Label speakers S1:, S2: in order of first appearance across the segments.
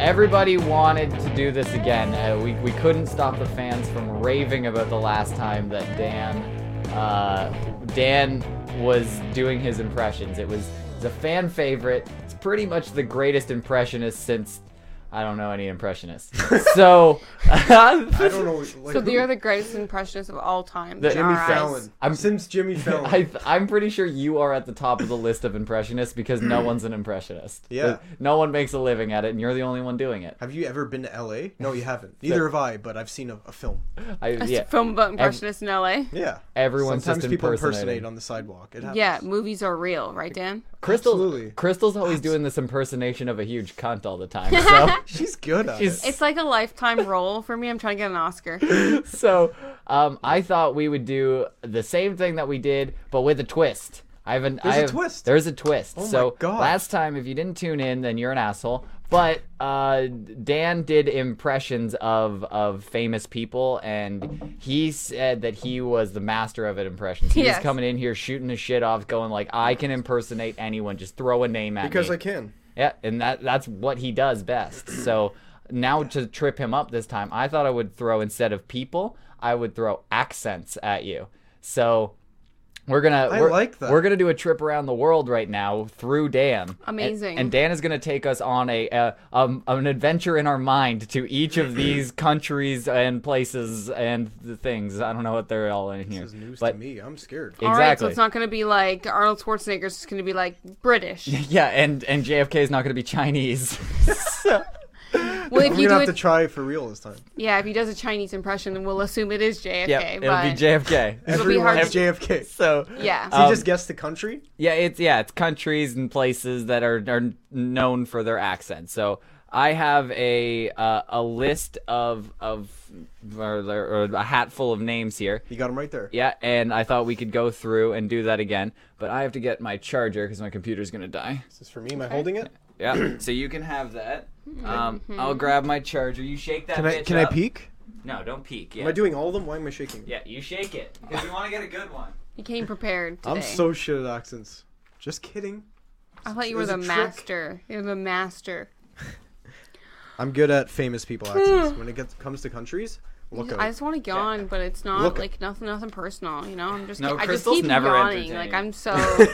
S1: Everybody wanted to do this again. Uh, we, we couldn't stop the fans from raving about the last time that Dan uh, Dan was doing his impressions. It was it's a fan favorite. It's pretty much the greatest impressionist since I don't know any impressionists. so
S2: I don't know. Like,
S3: so
S2: who-
S3: you're the greatest impressionist of all time.
S1: The-
S3: in
S1: Jimmy
S3: our eyes.
S2: Fallon.
S1: I'm-
S2: Since Jimmy Fallon.
S1: I, I'm pretty sure you are at the top of the list of impressionists because no one's an impressionist. Uh,
S2: Yeah.
S1: No one makes a living at it, and you're the only one doing it.
S2: have you ever been to L.A.? No, you haven't. Neither have I, but I've seen a, a film.
S1: I,
S3: That's
S1: yeah.
S3: a film about impressionists in LA.
S2: Yeah.
S1: Everyone's
S2: Sometimes
S1: just
S2: people impersonate
S1: impersonating.
S2: on the sidewalk. It happens.
S3: Yeah, movies are real, right, Dan?
S1: Crystal,
S2: Absolutely.
S1: Crystal's always doing this impersonation of a huge cunt all the time. So,
S2: She's good at
S1: She's-
S2: it.
S3: It's like a lifetime role for me. I'm trying to get an Oscar.
S1: so um, I thought we would do the same thing that we did, but with a twist. I have an,
S2: There's
S1: I
S2: a
S1: have-
S2: twist. Oh
S1: There's a twist.
S2: my
S1: so
S2: God.
S1: last time, if you didn't tune in, then you're an asshole. But uh, Dan did impressions of of famous people, and he said that he was the master of it. Impressions. He
S3: Yes.
S1: was coming in here shooting his shit off, going like, "I can impersonate anyone. Just throw a name at me."
S2: Because I can.
S1: Yeah, and that that's what he does best. So now to trip him up this time, I thought I would throw instead of people, I would throw accents at you. So we're gonna
S2: I
S1: we're,
S2: like that.
S1: we're gonna do a trip around the world right now through Dan.
S3: Amazing.
S1: And, and Dan is gonna take us on a, uh um, an adventure in our mind to each of these countries and places and the things. I don't know what they're all in here.
S2: This is news
S1: but
S2: to me. I'm scared.
S1: exactly.
S3: All right, so it's not going to be like Arnold Schwarzenegger's just going to be like British.
S1: yeah, and and JFK is not gonna be Chinese. So-
S3: Well,
S2: I'm
S3: if you
S2: gonna
S3: do
S2: have
S3: it,
S2: to try for real this time.
S3: yeah, if he does a Chinese impression, then we'll assume it is JFK.
S1: Yeah,
S3: but
S1: it'll be JFK.
S3: It'll be hard
S2: Everyone's
S3: to-
S2: JFK. So
S1: so
S3: Yeah.
S1: Uh,
S2: you just guessed the country?
S1: yeah, it's yeah, it's countries and places that are are known for their accent. So I have a uh, a list of of or, or a hatful of names here.
S2: You got him right there.
S1: Yeah, and I thought we could go through and do that again, but I have to get my charger because my computer's gonna die.
S2: Is this for me? Am I holding it?
S1: Yeah, so you can have that. Um, I'll grab my charger. You shake that.
S2: Can I
S1: bitch
S2: can I
S1: up.
S2: peek?
S1: No, don't peek.
S2: Am
S1: Yeah,
S2: I doing all of them? Why am I shaking?
S1: yeah, you shake it because you want to get a good one.
S3: you came prepared today.
S2: I'm so shit at accents. Just kidding.
S3: I thought you were
S2: it was
S3: the
S2: a trick.
S3: master. You're the master.
S2: I'm good at famous people accents. when it gets, comes to countries, look out.
S3: Hmm. I just want to yawn, but it's not
S2: Look-
S3: like nothing, nothing personal. You know, I'm just.
S1: No,
S3: I just
S1: Crystal's
S3: keep
S1: never
S3: yawning. Like
S1: entertaining.
S3: I'm so.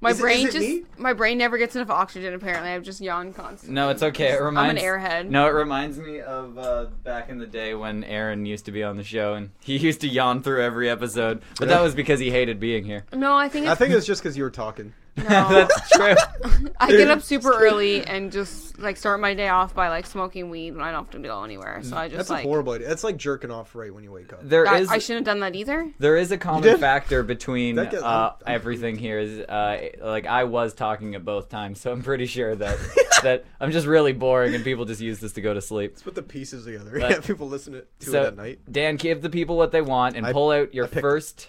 S3: my
S2: Is it-
S3: brain
S2: is it
S3: just.
S2: me?
S3: My brain never gets enough oxygen. Apparently, I've just yawned constantly.
S1: No, it's okay. It reminds
S3: airhead.
S1: No, it reminds me of uh, back in the day when Aaron used to be on the show and he used to yawn through every episode, but that was because he hated being here.
S3: No, I think
S2: I
S3: it's.
S2: think it's just because you were talking.
S3: no.
S1: That's true.
S3: I get up super early and just like start my day off by like smoking weed when I don't have to go anywhere. So I just
S2: That's
S3: like.
S2: a horrible idea. That's like jerking off right when you wake up.
S1: There
S3: I,
S1: is
S3: I shouldn't have done that either.
S1: there is a common
S2: did?
S1: factor between
S2: That gets-
S1: uh, everything here. Is uh, like I was talking at both times, so I'm pretty sure that that I'm just really boring and people just use this to go to sleep.
S2: Put the pieces together.
S1: But-
S2: yeah, people listen to to
S1: So
S2: it at night.
S1: Dan, give the people what they want and
S2: I-
S1: pull out your
S2: I picked-
S1: first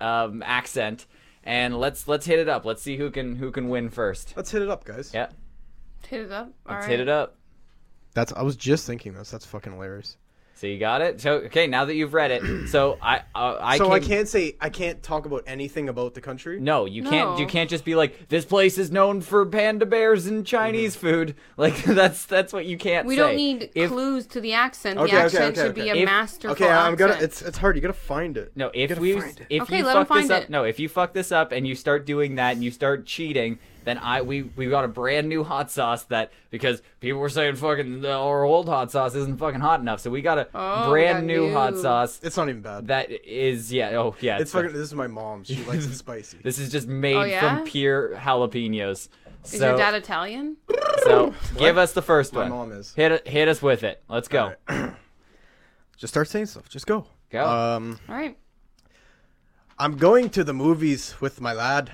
S1: um, accent, and let's let's hit it up. Let's see who can who can win first.
S2: Let's hit it up, guys.
S1: Yeah,
S3: Hit it up. All
S1: let's
S3: right.
S1: hit it up.
S2: That's. I was just thinking this. That's fucking hilarious.
S1: So you got it. So okay, now that you've read it, so I uh, I
S2: so
S1: can,
S2: I can't say I can't talk about anything about the country.
S1: No, you can't. You
S3: No.
S1: can't just be like this place is known for panda bears and Chinese
S2: Mm-hmm.
S1: food. Like that's that's what you can't.
S3: We
S1: say.
S3: don't need
S1: If-
S3: clues to the accent.
S2: Okay,
S3: the
S2: okay,
S3: accent
S2: okay,
S3: should be
S2: okay.
S3: a
S1: If-
S3: masterful
S2: Okay, I'm
S3: accent.
S2: gonna. It's it's hard. You gotta find it.
S1: No,
S2: You
S1: if
S2: gotta
S1: we
S2: find it.
S1: if
S3: Okay,
S1: you
S3: let 'em
S1: fuck this up,
S3: find it.
S1: no, if you fuck this up and you start doing that and you start cheating, then I we we got a brand new hot sauce that because people were saying fucking uh, our old hot sauce isn't fucking hot enough, so we got a
S3: Oh, we
S1: brand
S3: got
S1: new, hot
S3: new.
S1: sauce
S2: it's not even bad.
S1: that is yeah oh yeah
S2: it's fucking. This is my mom's. She likes it spicy.
S1: this is just made
S3: Oh, yeah?
S1: from pure jalapenos. So,
S3: Is your dad Italian?
S1: so give us the first
S2: My
S1: one.
S2: mom is.
S1: Hit it- hit us with it. Let's go.
S2: Just start saying stuff. Just go.
S1: Go.
S2: Um,
S3: All right.
S2: I'm going to the movies with my lad.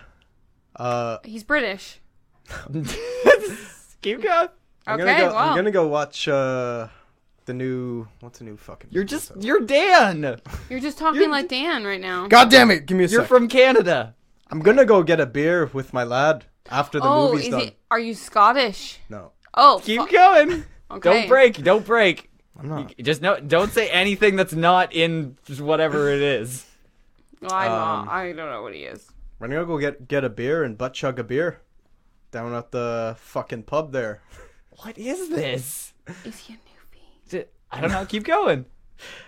S2: Uh,
S3: He's British.
S1: Keep going.
S2: I'm
S3: Okay,
S2: gonna go.
S3: well.
S2: I'm gonna go watch uh, the new. What's the new fucking?
S1: You're just you're Dan.
S3: You're just talking like Dan right now.
S2: God damn it! Give me a
S1: You're
S2: sec.
S1: from Canada.
S2: I'm gonna go get a beer with my lad after the
S3: oh,
S2: movie's
S3: is
S2: done.
S3: it? Are you Scottish?
S2: No,
S3: Oh,
S1: Keep
S3: fuck.
S1: going.
S3: Okay.
S1: Don't break. Don't break.
S2: I'm not.
S1: Just no. Don't say anything that's not in just whatever it is.
S3: Well, I'm
S2: Um,
S3: not. I don't know what he is.
S2: We're gonna go get get a beer and butt chug a beer down at the fucking pub there.
S1: What is this?
S3: Is he a newbie?
S1: D- I don't know. Keep going.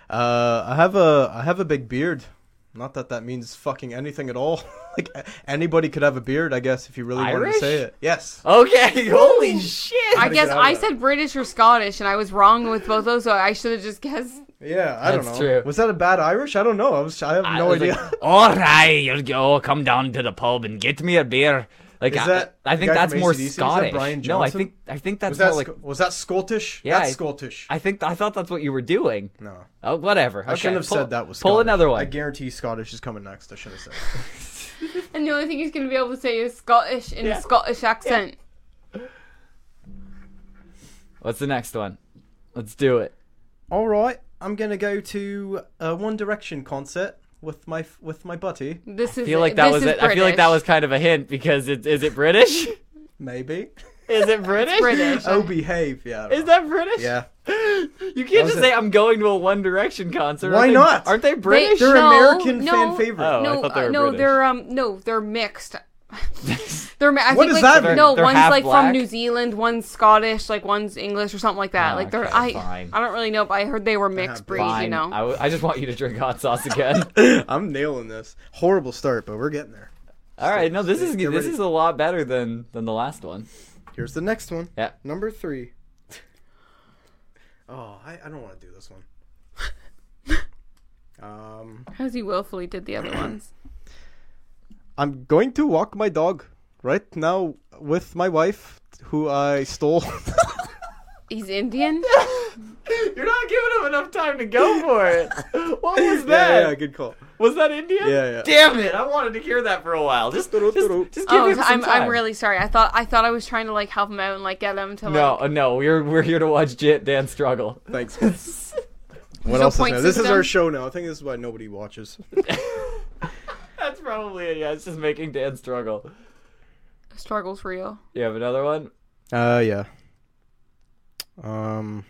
S2: Uh, I have a I have a big beard. Not that that means fucking anything at all. like a- anybody could have a beard, I guess, if you really wanted
S1: Irish? Oh,
S2: to say it. Yes.
S1: Okay. Holy shit.
S3: I
S2: to
S3: guess
S2: get out of
S3: I
S2: that.
S3: said British or Scottish, and I was wrong with both those, so I should have just guessed.
S2: Yeah, I
S1: That's
S2: don't know.
S1: true.
S2: Was that a bad Irish? I don't know. I was I have
S1: I
S2: no
S1: was
S2: idea.
S1: Like, All right, you'll go. Come down to the pub and get me a beer. Like
S2: Is
S1: I-
S2: that
S1: I,
S2: the
S1: think
S2: guy
S1: that's
S2: from
S1: more
S2: AC/DC? Is that
S1: Scottish.
S2: Brian
S1: no, I
S2: Johnson?
S1: think I think that's
S2: was that
S1: more like
S2: Sc- was that Scottish?
S1: Yeah,
S2: That's
S1: I-
S2: Scottish.
S1: I think I thought that's what you were doing.
S2: no.
S1: Oh, whatever.
S2: I shouldn't have said that was Scottish.
S1: Pull another
S2: I
S1: one.
S2: guarantee Scottish is coming next. I should have said.
S3: And the only thing he's going to be able to say is Scottish in
S1: Yeah.
S3: a Scottish accent.
S1: What's the next one? Let's do it.
S2: All right, I'm gonna go to a One Direction concert with my f- with my buddy.
S3: This is.
S1: I feel like that
S3: this
S1: was
S3: is
S1: it. I feel like that
S3: British.
S1: was kind of a hint because it's is it British? is
S2: Maybe.
S1: it British?
S3: British.
S2: oh, behave. Yeah. I don't
S1: Is
S2: know.
S1: that British?
S2: Yeah.
S1: You
S2: That
S1: can't
S2: was
S1: just
S2: it.
S1: say I'm going to a One Direction concert.
S2: Why
S1: Aren't they-
S2: not?
S1: Aren't they British?
S2: They're
S3: No,
S2: American
S3: no.
S2: fan favorite.
S1: Oh. I
S3: no,
S1: thought they
S3: uh,
S1: were
S3: no,
S1: British.
S3: they're um, no, they're mixed. They're mi- I
S2: What
S3: think,
S2: does
S3: like,
S2: that mean?
S3: No,
S1: They're
S3: one's
S1: half
S3: like
S1: black?
S3: from New Zealand, one's Scottish, like one's English or something like that.
S1: Oh,
S3: like they're
S1: okay,
S3: I,
S1: fine.
S3: I don't really know, but I heard they were mixed breed. You
S1: Fine.
S3: know,
S1: I, w- I just want you to drink hot sauce again.
S2: I'm nailing this. Horrible start, but we're getting there.
S1: All right, no, this
S2: Stay-
S1: is
S2: get
S1: this
S2: ready.
S1: is a lot better than than the last one.
S2: Here's the next one.
S1: Yeah.
S2: Number three. oh, I, I don't want to do this one. um,
S3: as he willfully did the other ones.
S2: I'm going to walk my dog right now with my wife, who I stole.
S3: He's Indian.
S1: You're not giving him enough time to go for it. What was
S2: yeah, yeah, good call.
S1: was that India?
S2: Yeah, yeah.
S1: Damn it! I wanted to hear that for a while. Just, just, just
S2: doo-doo.
S1: give
S3: Oh,
S1: him some
S3: I'm
S1: time.
S3: I'm really sorry. I thought I thought I was trying to like help him out and like get him to
S1: No,
S3: like.
S1: uh, no, we're we're here to watch J- Dan struggle.
S2: Thanks. What
S3: No
S2: else is
S3: point
S2: new? This is
S3: system?
S2: our show now. I think this is why nobody watches.
S1: That's probably it. Yeah, it's just making Dan struggle.
S3: Struggles real.
S1: You have another one?
S2: Uh, yeah. Um,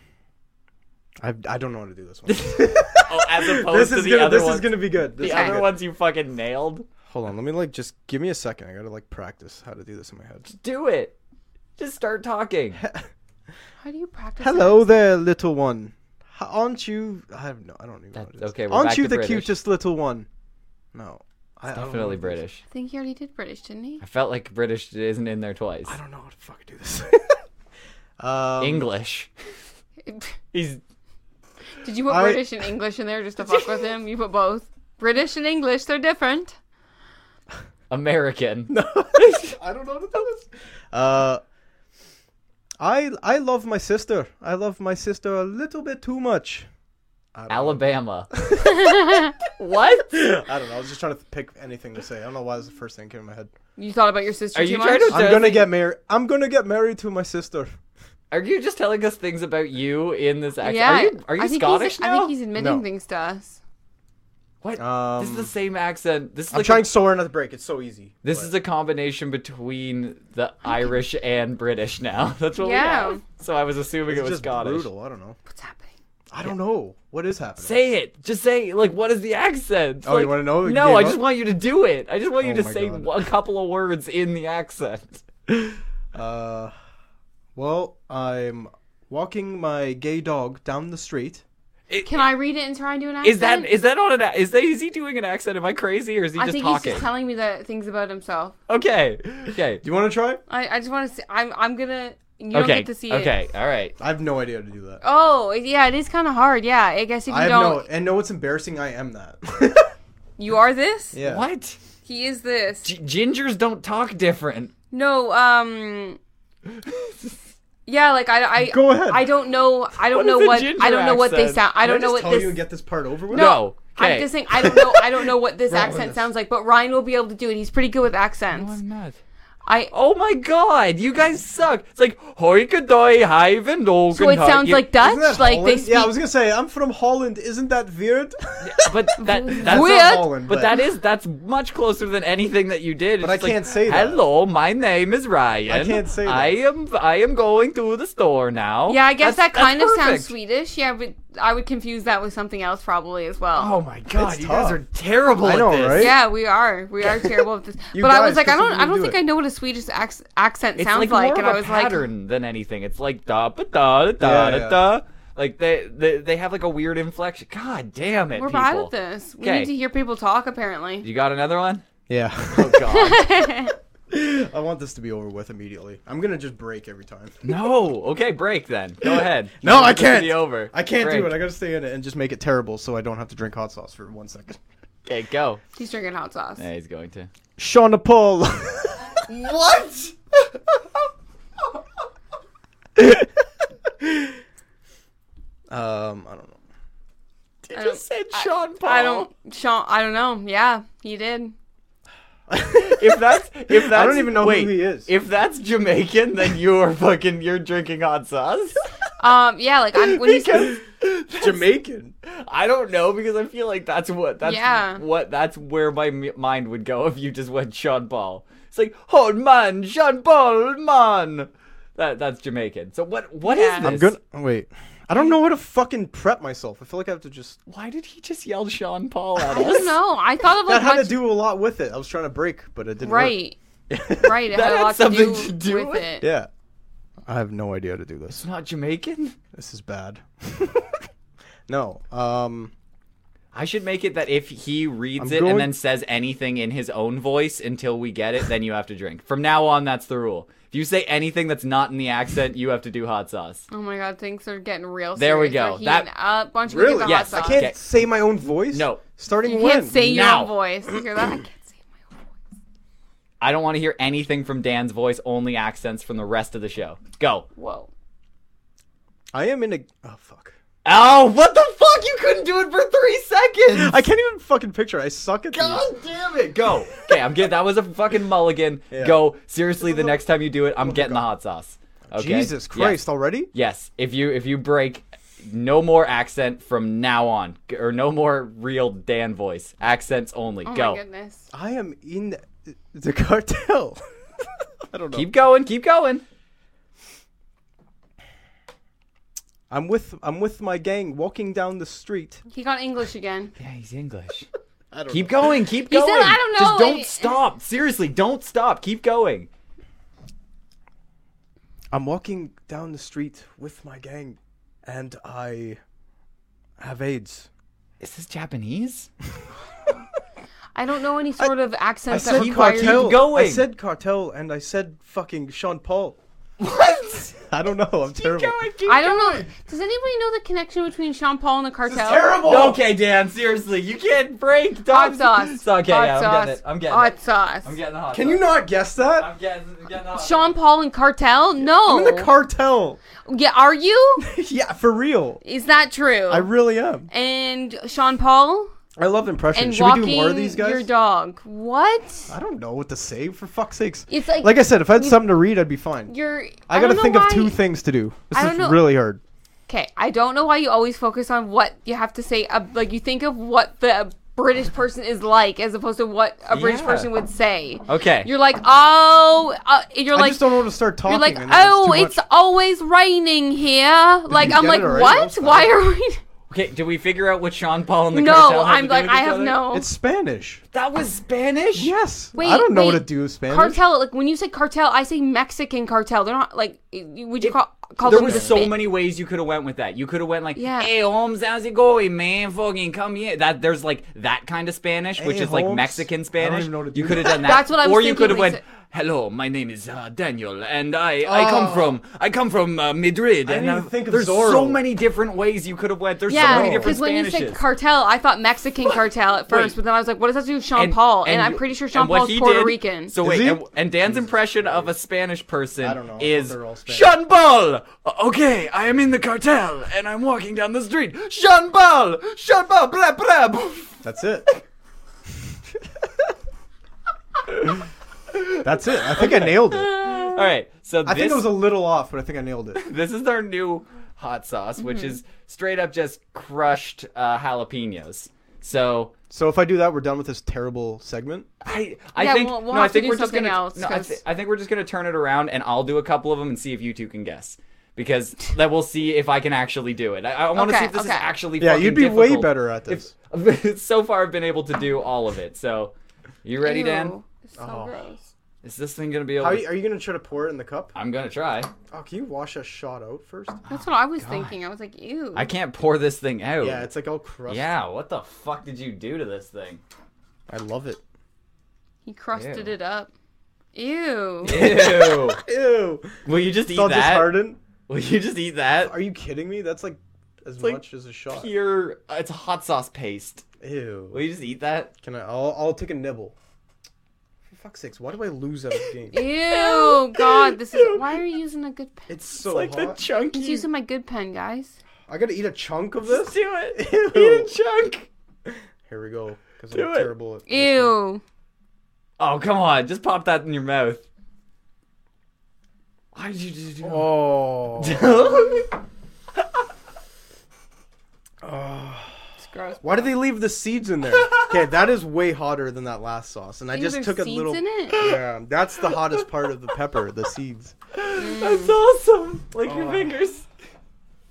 S2: I I don't know how to do this one.
S1: Oh, as opposed
S2: this
S1: to
S2: is
S1: the
S2: gonna
S1: other
S2: this
S1: one.
S2: is gonna be good. This
S1: the
S2: is
S1: other
S2: good.
S1: ones you fucking nailed.
S2: Hold on, let me like just give me a second. I gotta like practice how to do this in my head.
S1: Do it. Just start talking.
S3: How do you practice?
S2: Hello there, little one. H- aren't you? I have no. I don't even. know what it is.
S1: okay, we're
S2: aren't
S1: back
S2: you
S1: to
S2: the
S1: British.
S2: cutest little one? No, I, I don't know
S1: Definitely
S2: what it is.
S1: British.
S3: I think he already did British, didn't he?
S1: I felt like British isn't in there twice.
S2: I don't know how to fucking do this. um,
S1: English. He's
S3: did you put
S2: I-
S3: British and English in there just to fuck with him? You put both. British and English, they're different.
S1: American.
S2: I don't know how to do this. Uh, I I love my sister. I love my sister a little bit too much. I don't,
S1: Alabama. what?
S2: I don't know. I was just trying to pick anything to say. I don't know why it was the first thing that came in my head.
S3: You thought about your sister
S1: Are
S3: too
S1: you
S3: much.
S1: trying to-
S2: I'm
S1: I
S2: gonna
S1: think-
S2: get married. I'm gonna get married to my sister.
S1: Are you just telling us things about you in this accent?
S3: yeah.
S1: Are you, are you
S3: I think
S1: Scottish
S3: he's,
S1: now?
S3: I think he's admitting
S2: No.
S3: things to us.
S1: What?
S2: Um,
S1: this is the same accent. This is
S2: I'm
S1: like
S2: trying
S1: A,
S2: so hard not to break. It's so easy.
S1: this
S2: but-
S1: is a combination between the Irish and British now. That's what
S3: Yeah.
S1: we have. So I was assuming
S2: It's
S1: it was
S2: just
S1: Scottish.
S2: brutal. I don't know.
S3: What's happening?
S2: I don't know what is happening.
S1: Say it. Just say like what is the accent?
S2: Oh, you
S1: Like,
S2: wanna know? You
S1: No,
S2: gave
S1: I
S2: up?
S1: just want you to do it. I just want you
S2: Oh
S1: to
S2: my
S1: say
S2: God.
S1: a couple of words in the accent.
S2: Uh, well, I'm walking my gay dog down the street.
S3: Can I read it and try and do an accent?
S1: Is that is that on an a- is that is he doing an accent? Am I crazy or is he
S3: I
S1: just
S3: think
S1: talking?
S3: he's just telling me the things about himself.
S1: okay. Okay.
S2: Do you want to try?
S3: I, I just want to see. I'm, I'm gonna. You don't
S1: okay.
S3: get to see it.
S1: okay. All right.
S2: I have no idea how to do that.
S3: Oh, yeah, it is kind of hard. Yeah, I guess if you
S2: I have
S3: don't,
S2: no. And no, it's embarrassing. I am that.
S3: you are this.
S2: yeah.
S1: What?
S3: He is this.
S1: G- gingers don't talk different.
S3: no, um. Yeah, like I, I
S2: Go ahead.
S3: I don't know. I
S1: What
S3: don't
S1: is
S3: know
S1: a
S3: what.
S1: ginger
S3: I don't know what they
S1: accent?
S3: sound.
S2: Can
S3: I don't
S2: I
S3: know
S2: just
S3: what
S2: tell
S3: this.
S2: you and get this part over with.
S1: No.
S3: I'm
S1: Okay.
S3: just saying. I don't know. I don't know what this accent
S2: this.
S3: sounds like. But Ryan will be able to do it. He's pretty good with accents.
S1: I'm not.
S3: I.
S1: Oh my god, you guys suck. It's like hoikadoi hiven
S3: So it sounds like
S2: Isn't that
S3: Dutch. Like they
S2: Holland?
S3: speak.
S2: Yeah, I was gonna say I'm from Holland. Isn't that weird?
S1: But that that's
S2: That's
S3: Weird.
S2: not Holland,
S1: But that is that's much closer than anything that you did.
S2: But I
S1: It's like,
S2: can't say that.
S1: Hello, my name is Ryan.
S2: I can't say that.
S1: I am I am going to the store now.
S3: Yeah, I guess
S1: That's-
S3: that kind
S1: that's
S3: of sounds
S1: perfect.
S3: Swedish. Yeah, but I would confuse that with something else probably as well.
S1: Oh my god,
S2: It's
S1: you
S2: tough.
S1: guys are terrible
S2: I
S1: at
S2: know,
S1: this.
S2: right?
S3: Yeah, we are. We are terrible at this.
S2: You
S3: but I
S2: guys,
S3: was like, I
S2: this is
S3: don't,
S2: what
S3: I
S2: we
S3: don't
S2: do
S3: think
S2: it.
S3: I know what a Swedish acc- accent
S1: It's
S3: sounds
S1: like,
S3: like,
S1: more of
S3: and I
S1: a
S3: was like,
S1: pattern than anything. It's like da ba da da da
S2: Yeah,
S1: da
S2: yeah.
S1: da. Like they, they they have like a weird inflection. God damn it,
S3: we're
S1: people!
S3: bad at this. We
S1: Okay.
S3: need to hear people talk. Apparently,
S1: You got another one?
S2: Yeah.
S1: Oh god,
S2: I want this to be over with immediately. I'm gonna just break every time.
S1: no. Okay, break then. Go ahead.
S2: No, I
S1: This will
S2: can't.
S1: Be over.
S2: I can't
S1: break.
S2: do it. I gotta stay in it and just make it terrible so I don't have to drink hot sauce for one second.
S1: Okay, go.
S3: he's drinking hot sauce.
S1: Yeah, he's going to.
S2: Sean Paul.
S1: What?
S2: um, I don't know.
S1: You
S3: I
S1: just said
S3: don't-
S1: Sean Paul.
S3: I don't, Sean. I don't know. Yeah, he did.
S1: If that's if that's
S2: I don't even know who
S1: wait,
S2: he is.
S1: If that's Jamaican, then you're fucking you're drinking hot sauce.
S3: Um, yeah, like I'm, when he's
S1: because
S2: Jamaican.
S1: I don't know because I feel like that's what that's
S3: Yeah.
S1: what that's where my m- mind would go if you just went Sean Paul. It's like oh man, Sean Paul man. That that's Jamaican. So what what is
S3: Yeah.
S1: this?
S2: I'm gonna wait. I don't know how to fucking prep myself. I feel like I have to just.
S1: Why did he just yell Sean Paul at us?
S3: I don't know. I thought of
S2: That
S3: like
S2: had to
S3: much,
S2: do a lot with it. I was trying to break, but it didn't. work.
S3: right, right. It
S1: That
S3: had
S1: had
S3: a lot
S1: something
S3: to, do
S1: to do
S3: with,
S1: with-
S3: it.
S2: Yeah. I have no idea how to do this.
S1: It's not Jamaican.
S2: This is bad. no. Um.
S1: I should make it that if he reads
S2: I'm
S1: it
S2: going-
S1: and then says anything in his own voice until we get it, then you have to drink. From now on, that's the rule. If you say anything that's not in the accent, you have to do hot sauce.
S3: Oh my god, things are getting real.
S1: There we
S3: serious. We're
S1: go.
S3: heating
S1: That-
S3: up. Why don't you go
S2: Really?
S3: get the
S1: Yes, I
S3: hot
S2: I
S3: sauce?
S2: can't
S1: Okay.
S2: say my own voice.
S1: No.
S2: Starting
S3: You
S2: when?
S3: can't say your
S1: Now.
S3: own voice. You hear that? I can't say my own voice.
S1: I don't want to hear anything from Dan's voice, only accents from the rest of the show. Go.
S3: Whoa.
S2: I am in a. Oh fuck.
S1: Oh, what the fuck? You couldn't do it for three seconds.
S2: I can't even fucking picture. it. I suck at
S1: God
S2: these.
S1: damn it. Go. Okay, I'm getting. That was a fucking mulligan.
S2: Yeah.
S1: Go. Seriously, the next time you do it, I'm getting the hot sauce. Okay?
S2: Jesus
S1: Yeah.
S2: Christ! Already?
S1: Yes, if you if you break, no more accent from now on, G- or no more real Dan voice. Accents only.
S3: Oh
S1: Go.
S3: my goodness.
S2: I am in the, the cartel. I don't know.
S1: Keep going. Keep going.
S2: I'm with I'm with my gang walking down the street.
S3: He got English again.
S1: Yeah, he's English.
S2: I don't
S1: Keep going. Keep
S3: He
S1: going.
S3: said, "I don't know,"
S1: Just
S3: and
S1: don't
S3: he-
S1: stop. Seriously, don't stop. Keep going.
S2: I'm walking down the street with my gang, and I have AIDS.
S1: Is this Japanese?
S3: I don't know any sort of accents that
S1: said
S3: requires.
S1: cartel. Keep going.
S2: I said cartel, and I said fucking Sean Paul.
S1: What?
S2: I don't know. I'm terrible.
S1: Keep
S3: I don't know. Does anybody know the connection between Sean Paul and the cartel?
S1: Okay, Dan. Seriously, you can't break.
S3: Hot
S1: Don't.
S3: sauce.
S1: It's okay,
S3: hot
S1: yeah,
S3: sauce.
S1: I'm getting it. I'm getting
S3: hot
S1: it.
S3: sauce.
S1: I'm getting the hot.
S2: Can you
S1: sauce.
S2: not guess that?
S1: I'm Oh. getting. I'm getting the hot.
S3: Sean Paul and cartel? No.
S2: I'm in the cartel.
S3: Yeah, are you?
S2: yeah, for real.
S3: Is that true?
S2: I really am.
S3: and Sean Paul
S2: I love impressions.
S3: and
S2: Should
S3: walking
S2: we do more of these guys?
S3: your dog. What?
S2: I don't know what to say. For fuck's sakes.
S3: It's like,
S2: Like I said, if I had something to read, I'd be fine.
S3: you're.
S2: I gotta
S3: don't know
S2: think
S3: why,
S2: of two things to do. This
S3: I
S2: is
S3: don't know-
S2: really hard.
S3: Okay, I don't know why you always focus on what you have to say. Uh, like you think of what the British person is like, as opposed to what a British
S1: Yeah.
S3: person would say.
S1: Okay.
S3: You're like, oh, uh, you're
S2: I
S3: like,
S2: just don't know how to start talking.
S3: you're like,
S2: and then
S3: oh,
S2: too
S3: it's
S2: much.
S3: always raining here. Like I'm
S2: get
S3: like,
S2: it already?
S3: what?
S2: That's
S3: Why
S2: fine.
S3: are we?
S1: Okay, do we figure out what Sean Paul and the cartel
S3: no,
S1: have to
S3: I'm
S1: do
S3: like,
S1: with
S3: I
S1: each
S3: have
S1: other?
S3: no.
S2: it's Spanish.
S1: That was Spanish.
S2: Yes.
S3: Wait,
S2: I don't know what
S3: wait.
S2: to do with Spanish.
S3: Cartel, like when you say cartel, I say Mexican cartel. They're not like. Would you call call
S1: There
S3: them
S1: was
S3: the
S1: so
S3: Spa-
S1: many ways you could have went with that. You could have went like,
S3: Yeah.
S1: "Hey Holmes, how's it going, man? Fucking come here." That there's like that kind of Spanish, which
S2: Hey,
S1: is like
S2: Holmes.
S1: Mexican
S2: I don't
S1: Spanish.
S2: even know how to do
S1: You could have
S2: that.
S1: done that.
S3: That's what I was
S1: Or you
S3: thinking
S1: could have
S3: when you
S1: went,
S3: said-
S1: "Hello, my name is uh, Daniel, and I I
S3: Oh.
S1: come from I come from uh, Madrid."
S2: didn't
S1: and
S2: even
S1: uh,
S2: think of
S1: there's
S2: Zorro.
S1: so many different ways you could have went. There's so
S3: Yeah,
S1: many different
S3: because when you
S1: Spanishes.
S3: said cartel, I thought Mexican cartel at
S1: Wait.
S3: first, but then I was like, what does that do with Sean Paul? And, I'm
S1: you-
S3: pretty sure
S1: and
S3: Sean
S1: what
S3: Paul's
S1: he
S3: Puerto
S1: did-
S3: Rican.
S1: So
S2: Is
S1: wait,
S2: he?
S1: and, and Dan's impression of a Spanish person
S2: I don't know. I thought
S1: is
S2: they were all Spanish.
S1: Sean Paul. Okay, I am in the cartel and I'm walking down the street. Sean Paul, Sean Paul, blah blah. blah."
S2: That's it. That's it. I think I nailed it. I
S1: All right, so this,
S2: think it was a little off, but I think I nailed it.
S1: this is our new hot sauce, which
S3: Mm-hmm.
S1: is straight up just crushed uh, jalapenos. So
S2: So if I do that, we're done with this terrible segment.
S1: I, I
S3: Yeah,
S1: think
S3: we'll- we'll
S1: no, I
S3: have to
S1: think
S3: do
S1: we're just
S3: something
S1: gonna
S3: else,
S1: no, I,
S3: 'cause-
S1: thi- I think we're just gonna turn it around and I'll do a couple of them and see if you two can guess because that we'll see if I can actually do it. I, I want to
S3: Okay,
S1: see if this is
S3: okay.
S1: actually
S2: Yeah,
S1: fucking
S2: you'd be
S1: difficult.
S2: way better at this.
S1: If, so far, I've been able to do all of it. So, you ready,
S3: Ew.
S1: Dan?
S3: It's So
S2: Oh.
S3: gross.
S1: Is this thing gonna be able?
S2: How are
S1: to-
S2: you, are you gonna try to pour it in the cup?
S1: I'm gonna try.
S2: Oh, can you wash a shot out first?
S3: That's what I was thinking. I was like, ew.
S1: I can't pour this thing out.
S2: Yeah, it's like all crusty.
S1: yeah. What the fuck did you do to this thing?
S2: I love it.
S3: he crusted
S1: Ew.
S3: it up. Ew.
S1: Ew.
S2: Ew.
S1: Will you just
S2: It's
S1: eat
S2: all just
S1: that?
S2: hardened.
S1: Will you just eat that?
S2: Are you kidding me? That's like as
S1: like
S2: much as a shot.
S1: Pure. uh, It's hot sauce paste. Will
S2: Ew.
S1: you just eat that?
S2: Can I? I'll, I'll take a nibble. For fuck's sakes, why do I lose at this game?
S3: Ew. God, this is. Why are you using a good pen?
S2: It's so
S1: it's like
S2: hot.
S1: the chunky.
S3: He's using my good pen, guys.
S2: I gotta eat a chunk of
S1: Let's
S2: this.
S1: do it.
S2: Ew.
S1: Eat a chunk.
S2: Here we go. Because I'm
S1: Do it.
S2: terrible at
S3: Ew.
S1: Oh come on! Just pop that in your mouth. Why did you just do that?
S2: Oh.
S3: It's gross.
S2: Why do they leave the seeds in there? Okay, that is way hotter than that last sauce, and I
S3: Ew,
S2: just
S3: there's
S2: took a
S3: seeds
S2: little.
S3: in it?
S2: Yeah, that's the hottest part of the pepper, the seeds.
S1: That's awesome. Like your
S2: Oh.
S1: fingers.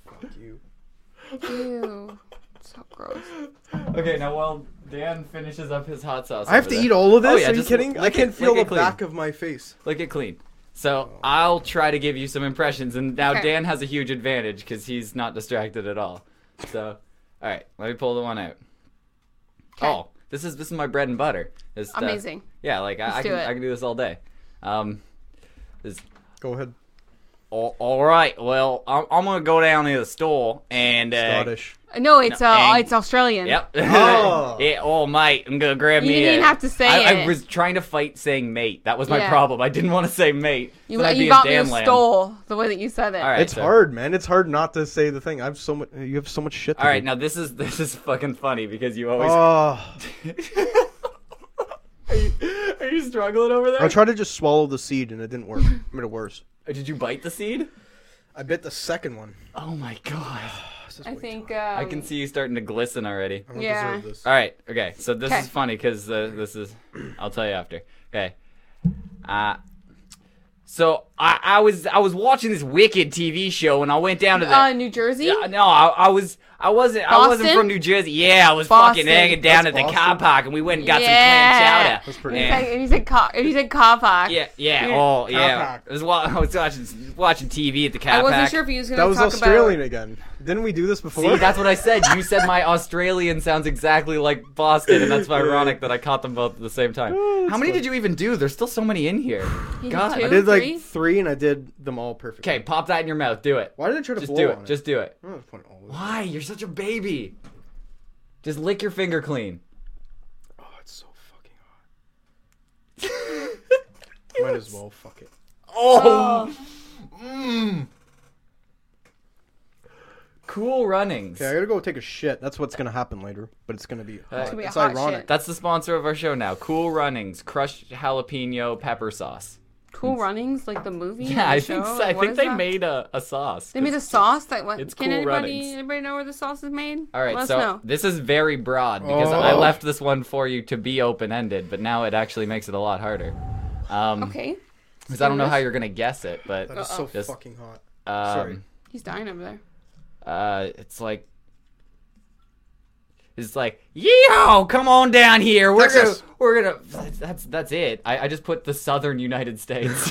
S2: Fuck you.
S3: Ew. So gross.
S1: Okay, now while Dan finishes up his hot sauce,
S2: I have
S1: over
S2: to
S1: there-
S2: eat all of this.
S1: Oh, yeah,
S2: Are you
S1: just
S2: kidding?
S1: lick
S2: I
S1: it-
S2: can feel
S1: lick
S2: the
S1: it clean.
S2: back of my face.
S1: Lick it clean. So I'll try to give you some impressions, and now
S3: Okay.
S1: Dan has a huge advantage because he's not distracted at all. So, all right, let me pull the one out. Oh, this is this is my bread and butter. This stuff.
S3: Amazing.
S1: Yeah, like I, I
S3: do
S1: can
S3: it.
S1: I can do this all day. Um, this
S2: Go ahead.
S1: all, all right. Well, I'm, I'm gonna go down to the store and uh,
S2: Scottish.
S3: Uh, No, it's
S1: No,
S3: uh,
S1: egg.
S3: it's Australian.
S1: Yep.
S2: Oh.
S1: yeah. Oh, mate, I'm gonna grab
S3: You
S1: me.
S3: didn't
S1: a-
S3: even have to say
S1: I, I
S3: it.
S1: was trying to fight saying mate. That was my
S3: Yeah.
S1: problem. I didn't want to say mate.
S3: You,
S1: Then I'd be
S3: you
S1: in
S3: got me a
S1: Dan land.
S3: stole the way that you said it.
S1: All right.
S2: It's
S1: so-
S2: hard, man. It's hard not to say the thing. I have so much. You have so much shit. To
S1: All right.
S2: do.
S1: Now this is this is fucking funny because you always.
S2: Oh,
S1: are, you, are you struggling over there?
S2: I tried to just swallow the seed and it didn't work. I made it worse.
S1: Did you bite the seed?
S2: I bit the second one.
S1: Oh my god.
S2: This is
S3: I
S2: way
S3: think
S2: too
S3: um,
S2: hot.
S1: I can see you starting to glisten already.
S2: I don't
S3: Yeah.
S2: deserve this.
S1: All right. Okay. So this
S3: Okay.
S1: is funny because uh, this is. I'll tell you after. Okay. Uh, so I, I was I was watching this Wicked TV show and I went down to the.
S3: uh, New Jersey.
S1: Yeah, no, I, I was I wasn't I wasn't
S3: Boston?
S1: from New Jersey. Yeah, I was
S3: Boston.
S1: fucking hanging down
S2: That's
S1: at the car
S2: Boston.
S1: park, and we went and got
S3: Yeah.
S1: some clam chowder.
S2: That's pretty
S1: yeah.
S3: It's like- and he said car. And he said car park.
S1: Yeah, yeah,
S3: Yeah.
S1: oh yeah.
S2: park.
S1: I was, wa- I was watching watching TV at the car
S3: I wasn't
S1: park.
S3: sure if he was going
S2: That
S3: to
S2: was
S3: talk
S2: Australian
S3: about.
S2: again. Didn't we do this before?
S1: See, that's what I said. You said my Australian sounds exactly like Boston, and that's ironic that I caught them both at the same time. How many did you even do? There's still so many in here.
S3: He did
S1: God.
S2: I
S3: two.
S2: did like
S3: Three?
S2: three? and I did them all perfect.
S1: Okay, pop that in your mouth. Do it.
S2: Why did I try to
S1: Just
S2: blow
S1: do it.
S2: on
S1: Just do it.
S2: I'm not putting all of it.
S1: Why? You're such a baby. Just lick your finger clean.
S2: Oh, it's so fucking hot. Might as well fuck it.
S1: Oh.
S2: Mm.
S1: Cool runnings.
S2: Okay, I gotta go take a shit. That's what's gonna happen later. But it's gonna be hot.
S3: gonna be a
S2: it's
S3: hot
S2: ironic.
S3: shit.
S1: That's the sponsor of our show now. Cool runnings, crushed jalapeno pepper sauce.
S3: Cool Runnings, like the movie.
S1: Yeah,
S3: the
S1: I think
S3: show?
S1: so. I
S3: What
S1: think
S3: is
S1: they
S3: that?
S1: made a, a sauce.
S3: They made a sauce that what?
S1: It's
S3: Can
S1: Cool
S3: anybody
S1: Runnings.
S3: anybody know where the sauce is made?
S1: All right,
S3: Let
S1: so
S3: us know.
S1: this is very broad because I
S2: Oh.
S1: left this one for you to be open ended, but now it actually makes it a lot harder. Um,
S3: Okay,
S1: Because I don't know
S3: serious?
S1: how you're gonna guess it, but
S2: That is so
S1: Just-
S2: fucking hot.
S1: um,
S3: he's dying over there.
S1: uh, it's like. It's like, yeehaw! Come on down here. We're
S2: Texas.
S1: gonna, we're gonna. That's that's it. I, I just put the southern United States.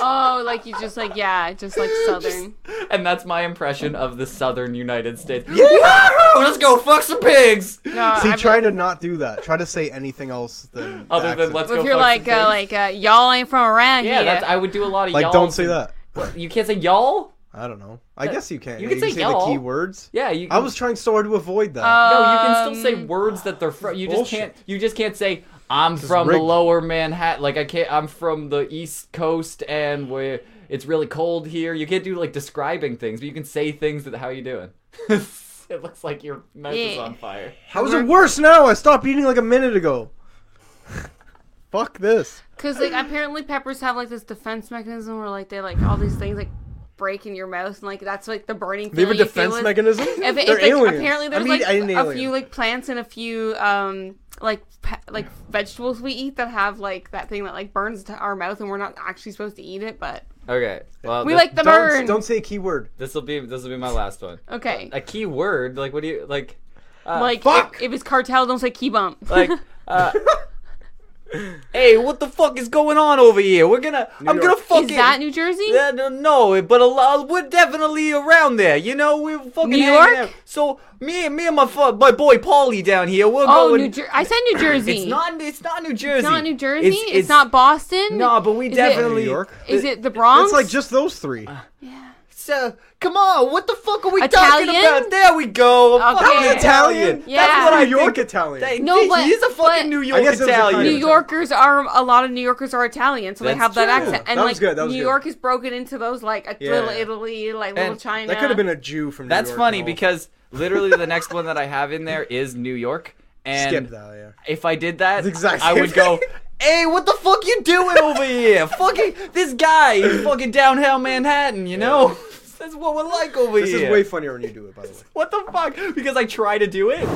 S3: Oh, like you just like yeah, just like southern.
S1: And that's my impression of the southern United States. Wahoo! Let's go fuck some pigs.
S3: No,
S2: See,
S3: I
S2: try to not do that. Try to say anything else than the
S1: Other than
S2: accent.
S1: let's go
S3: if you're
S1: fuck
S3: like
S1: some
S3: uh,
S1: pigs.
S3: like uh, y'all ain't from around
S1: yeah,
S3: here.
S1: That's, I would do a lot of
S2: Like,
S1: y'all.
S2: don't say that.
S1: You can't say y'all.
S2: I don't know. I guess you can.
S1: you can say
S2: the
S1: y'all.
S2: key words.
S1: Yeah, you.
S2: I was trying so hard to avoid that.
S3: Uh,
S1: No, you can still say
S3: Um,
S1: words that they're from. You just
S2: bullshit.
S1: can't. You just can't say I'm from the
S2: rigged.
S1: lower Manhattan. Like I can't. I'm from the East Coast, and we it's really cold here. You can't do like describing things, but you can say things that how you doing. it looks like your mouth is
S3: Yeah.
S1: on fire.
S2: How is it worse now? I stopped eating like a minute ago. Fuck this.
S3: Because like apparently peppers have like this defense mechanism where like they like all these things like break in your mouth and like that's like the burning.
S2: They have a
S3: feeling you feel
S2: defense
S3: is-
S2: mechanism.
S3: If it-
S2: They're
S3: it's, like,
S2: aliens.
S3: apparently there's
S2: I mean,
S3: like
S2: I didn't
S3: a
S2: alien.
S3: few like plants and a few um like pe- like vegetables we eat that have like that thing that like burns to our mouth and we're not actually supposed to eat it, but
S1: Okay. Well,
S3: We
S1: this,
S3: like the burn.
S2: Don't, don't say a keyword.
S1: this will be this will be my last one.
S3: okay.
S1: A key word, like what do you like? Uh,
S3: like
S2: fuck!
S3: If, if it's cartel, don't say key bump.
S1: like. Uh, hey, what the fuck is going on over here? We're gonna, I'm
S2: York.
S1: gonna fucking.
S3: Is that New Jersey?
S1: Yeah, no, no, but a lot, we're definitely around there. You know, we're fucking
S3: New
S1: hanging
S3: York?
S1: out. So me, me and my fu- my boy Paulie down here. We're
S3: oh,
S1: going.
S3: New Jersey. I said New Jersey.
S1: It's not. It's not New Jersey.
S3: It's not New Jersey. It's, not Boston.
S1: No, but we
S3: Is it-
S1: definitely.
S2: New York?
S3: Is it the Bronx?
S2: It's like just those three.
S1: So come on, what the fuck are we talking
S3: Italian?
S1: about? There we go. A
S3: Okay.
S1: fucking
S3: That was
S2: Italian.
S3: Yeah.
S1: That's what I
S2: New York
S1: think.
S2: Italian.
S1: They-
S3: No,
S1: he-
S3: but-
S1: he's a
S3: but-
S1: fucking New
S2: I
S1: York
S2: guess it was a
S1: Italian.
S2: kind
S3: New
S2: of-
S3: Yorkers are a lot of New Yorkers are Italian, so they
S1: That's
S3: have that
S1: true.
S3: accent. And
S2: That
S3: like
S2: was good, that was
S3: New
S2: good.
S3: York is broken into those like a
S2: Yeah.
S3: little Italy, like little
S1: And
S3: China.
S2: That could have been a Jew from. New
S1: That's
S2: York
S1: funny
S2: no.
S1: because literally the next one that I have in there is New York, and
S2: skip that. Yeah.
S1: if I did that,
S2: It's exact
S1: I
S2: same
S1: would go,
S2: thing.
S1: "Hey, what the fuck you doing over here? fucking this guy is fucking downtown Manhattan, you know? That's what we're like over
S2: This
S1: here."
S2: is way funnier when you do it, by the way.
S1: what the fuck? Because I try to do it.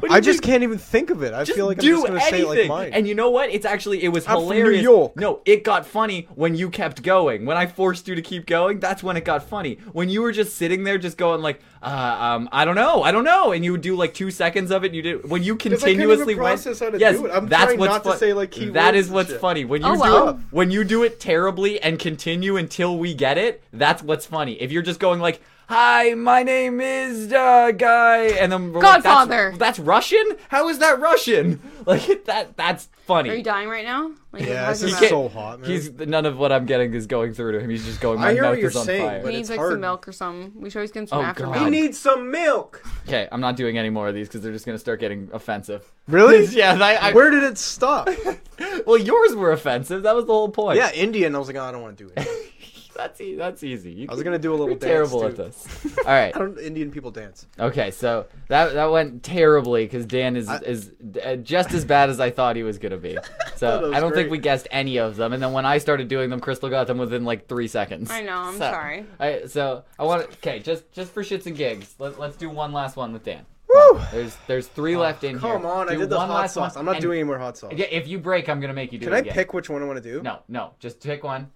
S1: What do
S2: I
S1: you
S2: just
S1: think?
S2: can't even think of it. I
S1: Just
S2: feel like I'm
S1: do
S2: just gonna
S1: anything.
S2: say it like mine.
S1: And you know what? It's actually it was
S2: I'm from New
S1: hilarious.
S2: York.
S1: No, it got funny when you kept going. When I forced you to keep going, that's when it got funny. When you were just sitting there, just going like, uh, um, I don't know, I don't know, and you would do like two seconds of it. And you did when you
S2: I couldn't even
S1: continuously
S2: process
S1: went.
S2: how to
S1: yes,
S2: do it. I'm
S1: that's
S2: trying
S1: what's
S2: not to
S1: fun-
S2: say, like, key
S1: That
S2: words
S1: is
S2: and
S1: wits
S2: shit.
S1: funny when you
S3: Oh,
S1: do
S3: wow.
S1: it when you do it terribly and continue until we get it. That's what's funny. If you're just going like. Hi, my name is uh, guy, and then we're like, that's-
S3: Godfather.
S1: that's Russian? How is that Russian? Like that that's funny.
S3: Are you dying right now? Like,
S2: Yeah,
S3: how's
S2: this
S3: your
S2: is
S3: mouth?
S2: so hot, man.
S1: He's none of what I'm getting is going through to him. He's just going. My
S2: I hear
S1: mouth
S2: what you're
S1: is on
S2: saying,
S1: fire.
S2: but
S3: He needs
S2: it's
S3: like
S2: hard.
S3: some milk or something. We should always get him some
S1: Oh,
S3: after
S1: God.
S2: I
S1: He
S3: milk.
S2: need some milk.
S1: Okay, I'm not doing any more of these because they're just gonna start getting offensive.
S2: Really?
S1: yeah. and I, I,
S2: Where did it stop?
S1: well, yours were offensive. That was the whole point.
S2: yeah, Indian. I was like, oh, I don't want to do it.
S1: that's e- that's easy. You
S2: I was
S1: can-
S2: gonna do a little
S1: You're
S2: dance,
S1: terrible at
S2: too.
S1: this. All right.
S2: I don't. Indian people dance.
S1: Okay. So that that went terribly because Dan is
S2: I-
S1: is uh, just as bad as I thought he was gonna be.
S2: thought it
S1: So
S2: was
S1: I don't think we
S2: great.
S1: guessed any of them. And then when I started doing them, Crystal got them within like three seconds.
S3: I know. I'm
S1: So-
S3: sorry.
S1: I, so I want to. Okay, just just for shits and gigs, let, let's do one last one with Dan.
S2: Woo! Oh,
S1: There's there's three left in here.
S2: Come on, I
S1: Do
S2: did the
S1: one
S2: hot
S1: last one,
S2: sauce. I'm not
S1: and-
S2: doing any more hot sauce.
S1: Yeah, if you break, I'm gonna make you do
S2: Can
S1: it
S2: I
S1: again.
S2: pick which one I want to do?
S1: No, no, just pick one,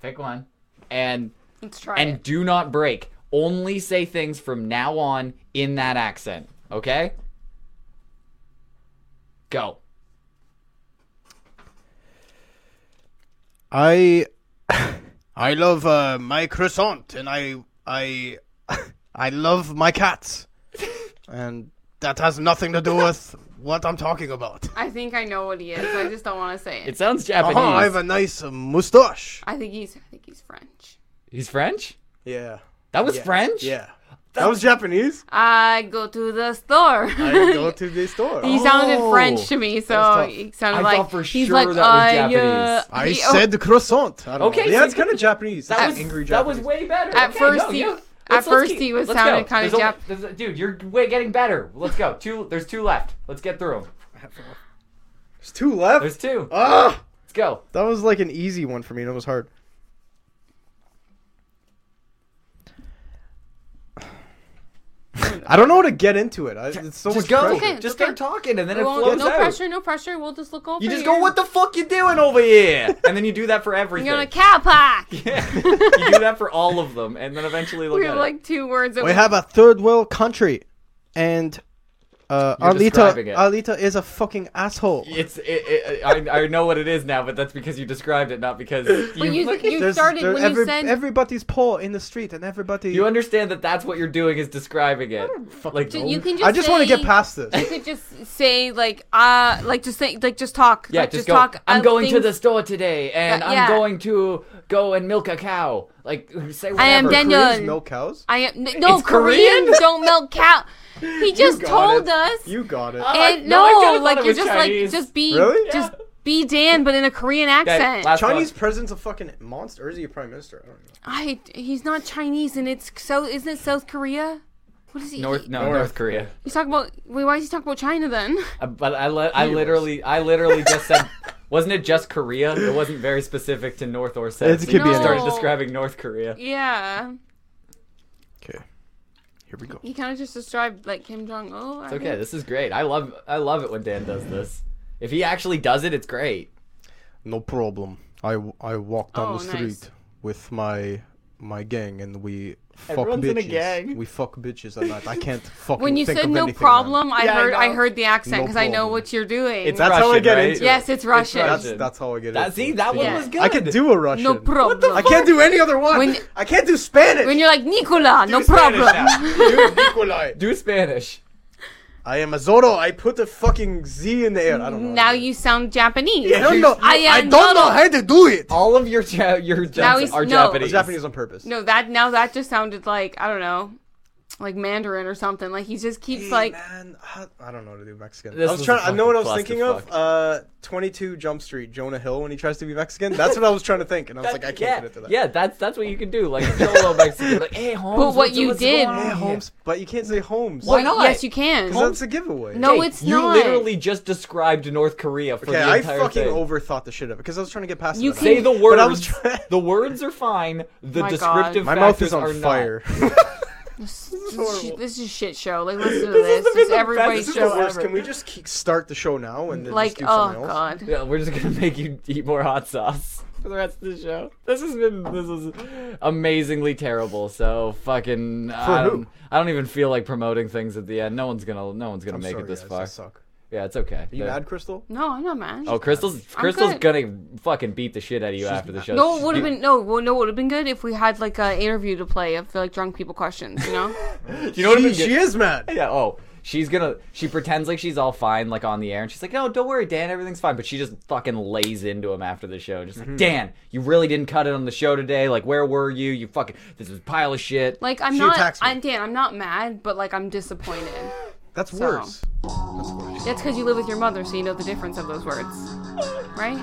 S1: pick one, and
S3: Let's try
S1: and
S3: it.
S1: do not break. Only say things from now on in that accent. Okay. Go.
S4: I I love uh, my croissant and I I I love my cats. and that has nothing to do with what I'm talking about.
S3: I think I know what he is. I just don't want to say it.
S1: It sounds Japanese.
S4: Oh, I have a nice uh, mustache.
S3: I think he's. I think he's French.
S1: He's French.
S2: Yeah.
S1: That was
S2: Yeah.
S1: French.
S2: Yeah. That was Japanese.
S3: I go to the store.
S2: I go to the store.
S3: He sounded French to me, so
S2: tough.
S3: he sounded
S1: Oh. I
S3: like
S1: thought for
S3: he's
S1: sure that
S3: like
S1: was
S3: "Uh,
S1: Japanese."
S3: yeah."
S4: I
S3: He- oh,
S4: said croissant. I don't
S1: Okay,
S4: Know.
S2: yeah, it's kind of Japanese. That
S1: That
S2: was
S1: was
S2: angry
S1: that
S2: Japanese.
S1: was way better.
S3: At
S1: Okay,
S3: first
S1: no,
S3: he-
S1: you-
S3: at
S1: let's- let's
S3: first
S1: keep-
S3: he was
S1: let's go.
S3: sounded kinda
S1: There's only-
S3: Jap-
S1: there's a- Dude, you're way getting better. Let's go. Two. There's two left. Let's get through 'em.
S2: There's two left.
S1: There's two.
S2: Ah,
S1: Let's go.
S2: that was like an easy one for me. and It was hard. I don't know how to get into it. I, it's so much
S1: Just go.
S2: pressure.
S3: Okay,
S1: just
S3: okay.
S1: start talking, and then it
S3: well,
S1: flows
S3: no
S1: out.
S3: pressure, no pressure. We'll just look over.
S1: You just
S3: here.
S1: go. What the fuck you doing over here? And then you do that for everything.
S3: You're like cowpack.
S1: Yeah. you do that for all of them, and then eventually look
S3: we
S1: at
S3: have
S1: it.
S3: like two words. That
S4: We have a third world country and uh,
S1: You're
S4: Alita
S1: describing it.
S4: Alita is a fucking asshole.
S1: It's. It, it, I, I know what it is now, but that's because you described it, not because you.
S3: But you,
S1: fucking-
S3: you
S2: There's-
S3: started
S2: there-
S3: when
S2: every-
S3: you said
S4: Everybody's poor in the street and everybody
S1: you understand that that's what you're doing is describing it. Like oh,
S3: Ju- you can just.
S2: I just want to
S3: say-
S2: get past this.
S3: You could just say like uh like just say like just talk.
S1: Yeah,
S3: like,
S1: just, go.
S3: talk.
S1: I'm
S3: uh,
S1: going to
S3: things-
S1: the store today, and
S3: Uh,
S1: I'm
S3: yeah.
S1: going to go and milk a cow. Like say whatever.
S3: I am
S1: Korean.
S3: Daniel.
S2: Koreans milk cows.
S3: I am n- no
S1: It's Korean?
S3: Koreans don't milk cow. He just
S2: got
S3: told
S2: it.
S3: us.
S2: You got it.
S1: Uh,
S3: and
S1: No, I
S3: no,
S1: kinda thought
S3: like
S1: it
S3: you're
S1: was
S3: just
S1: Chinese.
S3: like just be
S2: Really?
S3: just
S1: Yeah.
S3: be Dan, but in a Korean
S1: Okay,
S3: accent.
S1: last one.
S2: Chinese president's a fucking monster. Or is he a prime minister? I don't know.
S3: I he's not Chinese, and it's so isn't it South Korea? What is he?
S1: North, no, North,
S2: North.
S1: Korea.
S3: He's talking about. Wait, why is he talking about China then?
S1: Uh, But I, li- I literally, I literally just said, wasn't it just Korea? It wasn't very specific to North or South.
S2: It
S1: so
S2: could
S1: you
S2: be
S1: just started
S3: No.
S1: describing North Korea.
S3: Yeah,
S4: Okay. Here we go.
S3: he kind of just described like Kim Jong Un.
S1: It's okay. This is great. I love, I love it when Dan does this. If he actually does it, it's great.
S4: No problem. I, I walked down
S3: Oh,
S4: the
S3: nice.
S4: street
S2: with my my gang, and we fuck
S1: Everyone's
S2: bitches.
S1: in a gang.
S2: We fuck bitches at night. I can't fucking.
S3: When you
S2: think
S3: said
S2: of
S3: no
S2: anything
S3: problem,
S2: now.
S3: I
S1: Yeah, I
S3: heard I,
S1: know.
S3: heard the accent
S2: No
S3: because I know
S2: problem.
S3: what you're doing.
S1: It's
S2: That's how I
S1: Russian,
S2: get
S1: right?
S2: into it.
S3: yes, it's Russian.
S2: That's, that's how I get
S1: That
S2: into
S1: see,
S2: it.
S1: that
S3: Yeah.
S1: one was good.
S2: I can do a Russian.
S3: no problem.
S2: I can't do any other one.
S3: When-
S2: I can't do Spanish.
S3: when you're like Nicola, no
S2: Do Spanish
S3: problem.
S2: now. Do Nikolai.
S1: do Spanish.
S2: I am a Zorro. I put a fucking Z in the air. I don't know.
S3: Now you sound Japanese.
S4: I don't know.
S3: I
S4: I,
S3: am
S4: don't know
S3: not-
S4: how to do it.
S1: All of your ja- your
S3: Now
S1: Japs
S3: he's-
S1: are
S3: no.
S2: It's
S1: Japanese.
S2: Japanese on purpose.
S3: No, that now that just sounded like I don't know, like Mandarin or something. Like he just keeps
S2: Hey,
S3: like
S2: man, I, I don't know what to do Mexican.
S1: This
S2: I was
S1: was
S2: trying.
S1: a
S2: I know what I was
S1: fucking
S2: thinking of.
S1: clusterfuck.
S2: Uh, Twenty Two Jump Street, Jonah Hill when he tries to be Mexican. That's what I was trying to think, and I was like, I can't
S1: yeah,
S2: get into that.
S1: yeah, that's that's what you can do. Like solo Mexican, like hey Holmes.
S3: what
S1: what's-
S3: you
S1: what's
S3: did-
S1: going on
S2: Hey,
S1: here?
S2: Holmes, but you can't say Holmes.
S1: Why not?
S3: yes you can.
S2: Because that's a giveaway.
S3: No,
S1: Hey,
S3: it's
S1: you
S3: not.
S1: literally just described North Korea for
S2: Okay,
S1: the
S2: I
S1: entire
S2: fucking
S1: thing.
S2: overthought the shit of it because I was trying to get past.
S3: You
S2: it.
S1: Say the words.
S2: But I was trying.
S1: the words are fine. The
S3: My God.
S1: descriptive
S2: My mouth is
S1: factors are
S2: on
S1: not.
S2: fire.
S3: This, is
S2: horrible.
S3: this is a shit show. Like listen to
S1: This has been
S3: this. Just
S1: the best-
S3: everybody
S1: this is
S2: This is
S1: the
S2: the
S3: show.
S2: worst. Can we just ke- start the show now and then just
S3: Like
S2: do
S3: oh
S2: something else?
S3: god.
S1: Yeah, we're just gonna make you eat more hot sauce for the rest of the show. This has been this is amazingly terrible. So fucking I
S2: who?
S1: don't, I don't even feel like promoting things at the end. No one's gonna no one's gonna
S2: I'm
S1: make
S2: sorry,
S1: it this
S2: guys, I
S1: far.
S2: suck.
S1: Yeah, it's okay.
S2: You
S1: The-
S2: mad, Crystal?
S3: No, I'm not mad.
S1: Oh, Crystal's Crystal's
S3: good.
S1: gonna fucking beat the shit out of you after the show.
S3: No, it
S1: She-
S3: would have been no, well, no, it would have been good if we had like an interview to play of like drunk people questions, you know?
S1: You know what I mean?
S2: She, she is mad.
S1: Yeah. Oh, she's gonna. She pretends like she's all fine, like on the air, and she's like, "No, don't worry, Dan, everything's fine." But she just fucking lays into him after the show, just like,
S2: Mm-hmm.
S1: "Dan, you really didn't cut it on the show today. Like, where were you? You fucking this is a pile of shit."
S3: Like I'm
S2: She
S3: not,
S2: attacks me.
S3: I'm Dan. I'm not mad, but like I'm disappointed.
S2: That's worse. That's worse.
S3: That's because you live with your mother, so you know the difference of those words, right?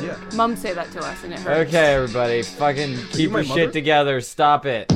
S2: Yeah.
S3: Mom say that to us, and it hurts.
S1: okay, everybody, fucking keep
S2: my
S1: your
S2: mother?
S1: shit together. Stop it.